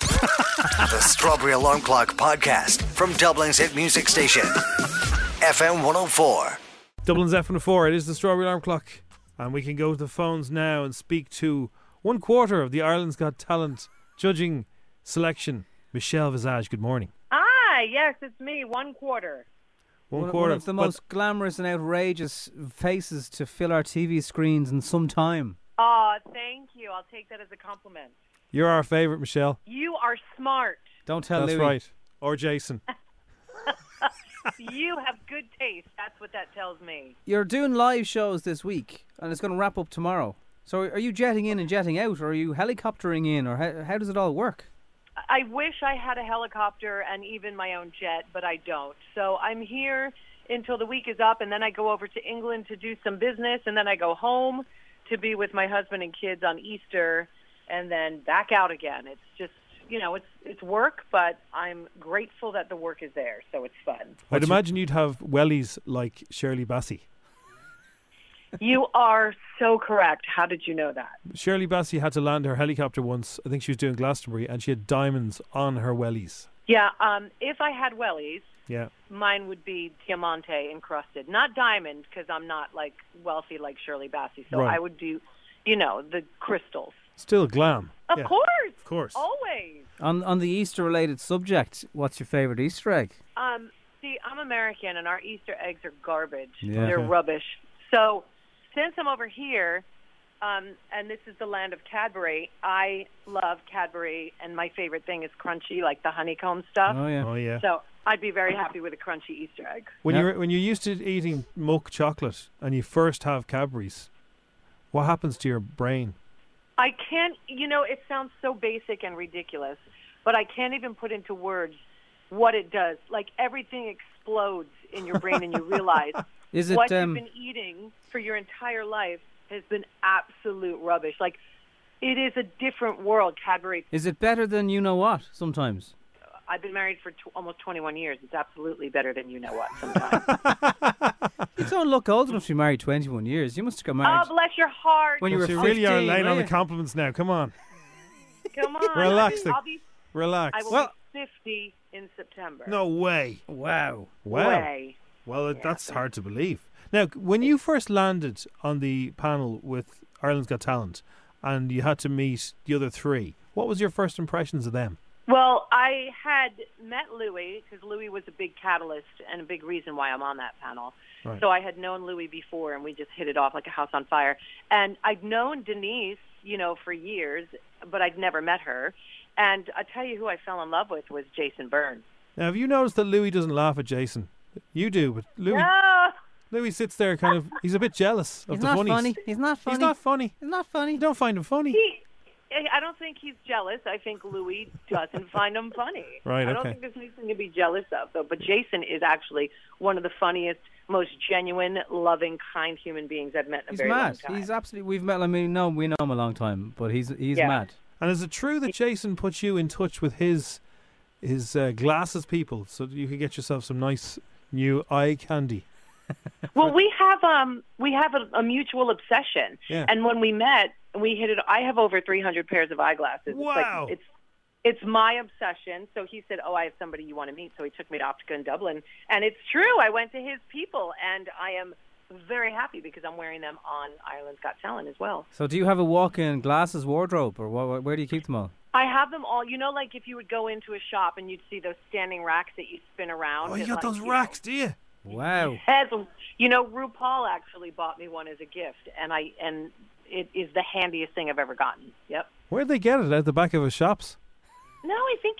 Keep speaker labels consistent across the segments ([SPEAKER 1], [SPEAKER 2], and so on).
[SPEAKER 1] The Strawberry Alarm Clock Podcast from Dublin's hit music station, FM 104.
[SPEAKER 2] Dublin's F104, it is the strawberry alarm clock. And we can go to the phones now and speak to one quarter of the Ireland's Got Talent judging selection, Michelle Visage. Good morning.
[SPEAKER 3] Ah, yes, it's me. One quarter.
[SPEAKER 2] One
[SPEAKER 4] One,
[SPEAKER 2] quarter.
[SPEAKER 4] one of the
[SPEAKER 2] but
[SPEAKER 4] most glamorous and outrageous faces to fill our TV screens in some time.
[SPEAKER 3] Oh, thank you. I'll take that as a compliment.
[SPEAKER 2] You're our favourite, Michelle.
[SPEAKER 3] You are smart.
[SPEAKER 4] Don't tell
[SPEAKER 2] That's
[SPEAKER 4] Louis.
[SPEAKER 2] right. Or Jason.
[SPEAKER 3] you have good taste. That's what that tells me.
[SPEAKER 4] You're doing live shows this week, and it's going to wrap up tomorrow. So are you jetting in and jetting out, or are you helicoptering in, or how, how does it all work?
[SPEAKER 3] I wish I had a helicopter and even my own jet, but I don't. So I'm here until the week is up, and then I go over to England to do some business, and then I go home to be with my husband and kids on Easter, and then back out again. It's just, you know, it's it's work, but I'm grateful that the work is there, so it's fun.
[SPEAKER 2] I'd imagine you'd have wellies like Shirley Bassey.
[SPEAKER 3] You are so correct. How did you know that?
[SPEAKER 2] Shirley Bassey had to land her helicopter once. I think she was doing Glastonbury, and she had diamonds on her wellies.
[SPEAKER 3] Yeah, um, if I had wellies,
[SPEAKER 2] Yeah.
[SPEAKER 3] mine would be diamante encrusted, not diamond, because I'm not like wealthy like Shirley Bassey. So
[SPEAKER 2] Right.
[SPEAKER 3] I would do, you know, the crystals.
[SPEAKER 2] Still glam.
[SPEAKER 3] Of
[SPEAKER 2] Yeah.
[SPEAKER 3] course,
[SPEAKER 2] Of course.
[SPEAKER 4] Oh.
[SPEAKER 3] always.
[SPEAKER 4] On on the Easter-related subject, what's your favourite Easter egg?
[SPEAKER 3] Um, see, I'm American, and our Easter eggs are garbage.
[SPEAKER 4] Yeah.
[SPEAKER 3] They're
[SPEAKER 2] Okay.
[SPEAKER 3] rubbish. So, since I'm over here, um, and this is the land of Cadbury, I love Cadbury, and my favorite thing is crunchy, like the honeycomb stuff.
[SPEAKER 4] Oh yeah.
[SPEAKER 2] Oh, yeah.
[SPEAKER 3] So, I'd be very happy with a crunchy Easter egg.
[SPEAKER 2] When
[SPEAKER 4] Yeah.
[SPEAKER 2] you're when you're used to eating milk chocolate and you first have Cadbury's, what happens to your brain?
[SPEAKER 3] I can't, you know, it sounds so basic and ridiculous, but I can't even put into words what it does. Like everything explodes in your brain and you realize
[SPEAKER 4] Is it,
[SPEAKER 3] what
[SPEAKER 4] um,
[SPEAKER 3] you've been eating for your entire life has been absolute rubbish. Like it is a different world, Cadbury.
[SPEAKER 4] Is it better than you know what? Sometimes.
[SPEAKER 3] I've been married for t- almost 21 years. It's absolutely better than you know what sometimes.
[SPEAKER 4] You don't look old enough to be married 21 years. You must have got
[SPEAKER 3] oh,
[SPEAKER 4] married.
[SPEAKER 3] bless your heart.
[SPEAKER 4] When you were
[SPEAKER 2] So really are
[SPEAKER 4] 15,
[SPEAKER 2] laying on
[SPEAKER 4] were
[SPEAKER 2] the
[SPEAKER 4] you?
[SPEAKER 2] compliments now. Come on,
[SPEAKER 3] Come on.
[SPEAKER 2] Relax.
[SPEAKER 3] I'll be, I'll be,
[SPEAKER 2] relax.
[SPEAKER 3] I will
[SPEAKER 2] Well,
[SPEAKER 3] be 50 in September.
[SPEAKER 2] no way.
[SPEAKER 4] wow.
[SPEAKER 2] Wow.
[SPEAKER 3] Way.
[SPEAKER 2] Well, it that's hard to believe. Now, c- when you first landed on the panel with Ireland's Got Talent, and you had to meet the other three, what was your first impressions of them?
[SPEAKER 3] Well, I had met Louis because Louis was a big catalyst and a big reason why I'm on that panel.
[SPEAKER 2] Right.
[SPEAKER 3] So I had known Louis before, and we just hit it off like a house on fire. And I'd known Denise, you know, for years, but I'd never met her. And I tell you who I fell in love with was Jason Byrne.
[SPEAKER 2] Now, have you noticed that Louis doesn't laugh at Jason? You do, but Louis
[SPEAKER 3] No,
[SPEAKER 2] Louis sits there kind of. He's a bit jealous of
[SPEAKER 4] He's
[SPEAKER 2] the
[SPEAKER 4] not
[SPEAKER 2] funnies.
[SPEAKER 4] funny. He's not funny.
[SPEAKER 2] He's not funny.
[SPEAKER 4] He's not funny.
[SPEAKER 2] You don't find him funny.
[SPEAKER 3] he. I don't think he's jealous. I think Louis doesn't find him funny.
[SPEAKER 2] Right,
[SPEAKER 3] I don't
[SPEAKER 2] okay.
[SPEAKER 3] think there's anything to be jealous of, though. But Jason is actually one of the funniest, most genuine, loving, kind human beings I've met in a
[SPEAKER 4] He's
[SPEAKER 3] very long
[SPEAKER 4] mad.
[SPEAKER 3] time.
[SPEAKER 4] He's absolutely. We've met. I mean, no, we know him a long time, but he's he's
[SPEAKER 3] Yeah.
[SPEAKER 4] mad.
[SPEAKER 2] And is it true that Jason put you in touch with his his uh, glasses people so that you could get yourself some nice new eye candy?
[SPEAKER 3] Well, we have um we have a, a mutual obsession,
[SPEAKER 2] Yeah.
[SPEAKER 3] and when we met, we hit it. I have over three hundred pairs of eyeglasses.
[SPEAKER 2] Wow.
[SPEAKER 3] It's, like, it's it's my obsession. So he said, "Oh, I have somebody you want to meet." So he took me to Optica in Dublin, and it's true. I went to his people, and I am very happy because I'm wearing them on Ireland's Got Talent as well.
[SPEAKER 4] So, do you have a walk-in glasses wardrobe, or wh- wh- where do you keep them all?
[SPEAKER 3] I have them all. You know, like if you would go into a shop and you'd see those standing racks that you spin around.
[SPEAKER 2] Oh, you
[SPEAKER 3] it,
[SPEAKER 2] got
[SPEAKER 3] like,
[SPEAKER 2] those
[SPEAKER 3] you know,
[SPEAKER 2] racks, do you?
[SPEAKER 4] Wow.
[SPEAKER 3] has you know RuPaul actually bought me one as a gift, and I and it is the handiest thing I've ever gotten. Yep.
[SPEAKER 2] Where'd they get it? Out the back of a shops?
[SPEAKER 3] No, I think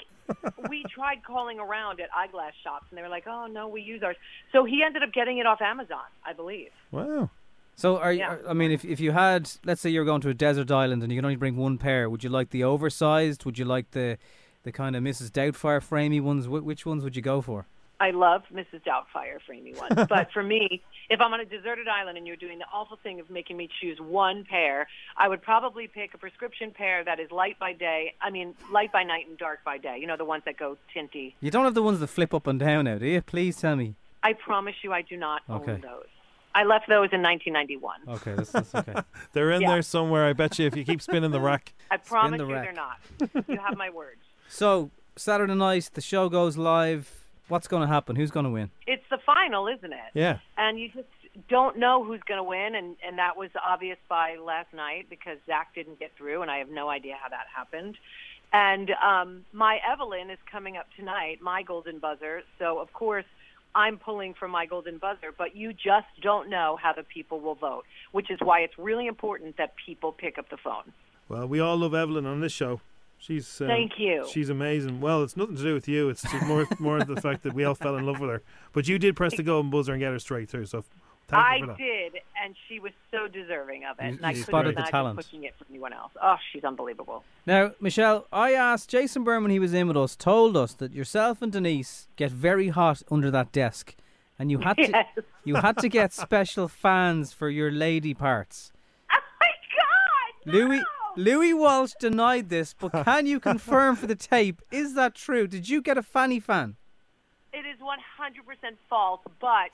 [SPEAKER 3] we tried calling around at eyeglass shops, and they were like, "Oh no, we use ours." So he ended up getting it off Amazon, I believe.
[SPEAKER 2] Wow.
[SPEAKER 4] So, are you,
[SPEAKER 3] Yeah.
[SPEAKER 4] I mean, if if you had, let's say, you're going to a desert island and you can only bring one pair, would you like the oversized? Would you like the the kind of Mrs. Doubtfire framey ones? Wh- which ones would you go for?
[SPEAKER 3] I love Mrs. Doubtfire framey ones, but for me, if I'm on a deserted island and you're doing the awful thing of making me choose one pair, I would probably pick a prescription pair that is light by day. I mean, light by night and dark by day. You know, the ones that go tinty.
[SPEAKER 4] You don't have the ones that flip up and down now, do you? Please tell me.
[SPEAKER 3] I promise you, I do not
[SPEAKER 4] Okay.
[SPEAKER 3] own those. I left those in 1991.
[SPEAKER 4] Okay, that's, that's okay.
[SPEAKER 2] They're in
[SPEAKER 3] Yeah.
[SPEAKER 2] there somewhere, I bet you, if you keep spinning the rack.
[SPEAKER 3] I promise
[SPEAKER 4] the
[SPEAKER 3] you,
[SPEAKER 4] rack.
[SPEAKER 3] they're not. you have my words.
[SPEAKER 4] so, Saturday night, the show goes live. What's going to happen? Who's going to win?
[SPEAKER 3] It's the final, isn't it?
[SPEAKER 2] Yeah.
[SPEAKER 3] And you just don't know who's going to win, and and that was obvious by last night because Zach didn't get through, and I have no idea how that happened. And um, my Evelyn is coming up tonight, my golden buzzer. So of course. I'm pulling for my golden buzzer, but you just don't know how the people will vote, which is why it's really important that people pick up the phone.
[SPEAKER 2] Well, we all love Evelyn on this show. She's um,
[SPEAKER 3] Thank you.
[SPEAKER 2] She's amazing. Well, it's nothing to do with you. It's just more more the fact that we all fell in love with her. But you did press the golden buzzer and get her straight through. So thank
[SPEAKER 3] I
[SPEAKER 2] you for that.
[SPEAKER 3] did, and she was so deserving of it.
[SPEAKER 4] You-
[SPEAKER 3] and I
[SPEAKER 4] you
[SPEAKER 3] couldn't
[SPEAKER 4] spotted the
[SPEAKER 3] imagine
[SPEAKER 4] talent.
[SPEAKER 3] pushing it for anyone else. Oh, she's unbelievable.
[SPEAKER 4] Now, Michelle, I asked Jason Byrne when he was in with us, told us that yourself and Denise get very hot under that desk, and you had to
[SPEAKER 3] Yes.
[SPEAKER 4] you had to get special fans for your lady parts.
[SPEAKER 3] Oh my God!
[SPEAKER 4] Louis
[SPEAKER 3] no!
[SPEAKER 4] Louis Walsh denied this, but can you confirm for the tape? Is that true? Did you get a fanny fan?
[SPEAKER 3] It is 100% false, but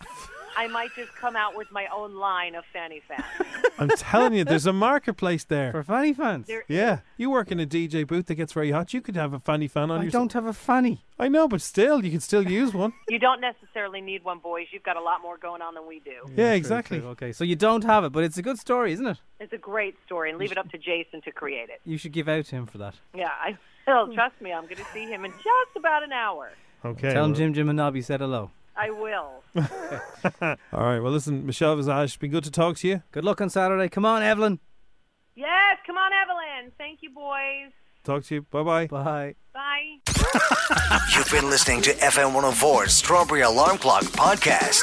[SPEAKER 3] I might just come out with my own line of fanny fan.
[SPEAKER 2] I'm telling you, there's a marketplace
[SPEAKER 4] For
[SPEAKER 2] there.
[SPEAKER 4] fanny fans?
[SPEAKER 3] There-
[SPEAKER 2] Yeah. You work in a DJ booth that gets very hot. You could have a fanny fan on
[SPEAKER 4] I
[SPEAKER 2] your.
[SPEAKER 4] don't have a fanny.
[SPEAKER 2] I know, but still, you can still use one.
[SPEAKER 3] You don't necessarily need one, boys. You've got a lot more going on than we do.
[SPEAKER 2] yeah, exactly.
[SPEAKER 4] Okay, so you don't have it, but it's a good story, isn't it?
[SPEAKER 3] It's a great story, and leave it up to Jason to create it.
[SPEAKER 4] You should give out to him for that.
[SPEAKER 3] Yeah, I
[SPEAKER 4] Hmm.
[SPEAKER 3] will. Trust me, I'm going to see him in just about an hour.
[SPEAKER 2] Okay.
[SPEAKER 4] Tell him
[SPEAKER 2] well-
[SPEAKER 4] Jim Jim and Nobby said hello.
[SPEAKER 3] I will.
[SPEAKER 2] All right. Well, listen, Michelle Visage, it's been good to talk to you.
[SPEAKER 4] Good luck on Saturday. Come on, Evelyn.
[SPEAKER 3] Yes, come on, Evelyn. Thank you, boys.
[SPEAKER 2] Talk to you. Bye bye.
[SPEAKER 4] Bye.
[SPEAKER 3] Bye.
[SPEAKER 1] oh You've been listening to FM 104's Strawberry Alarm Clock Podcast.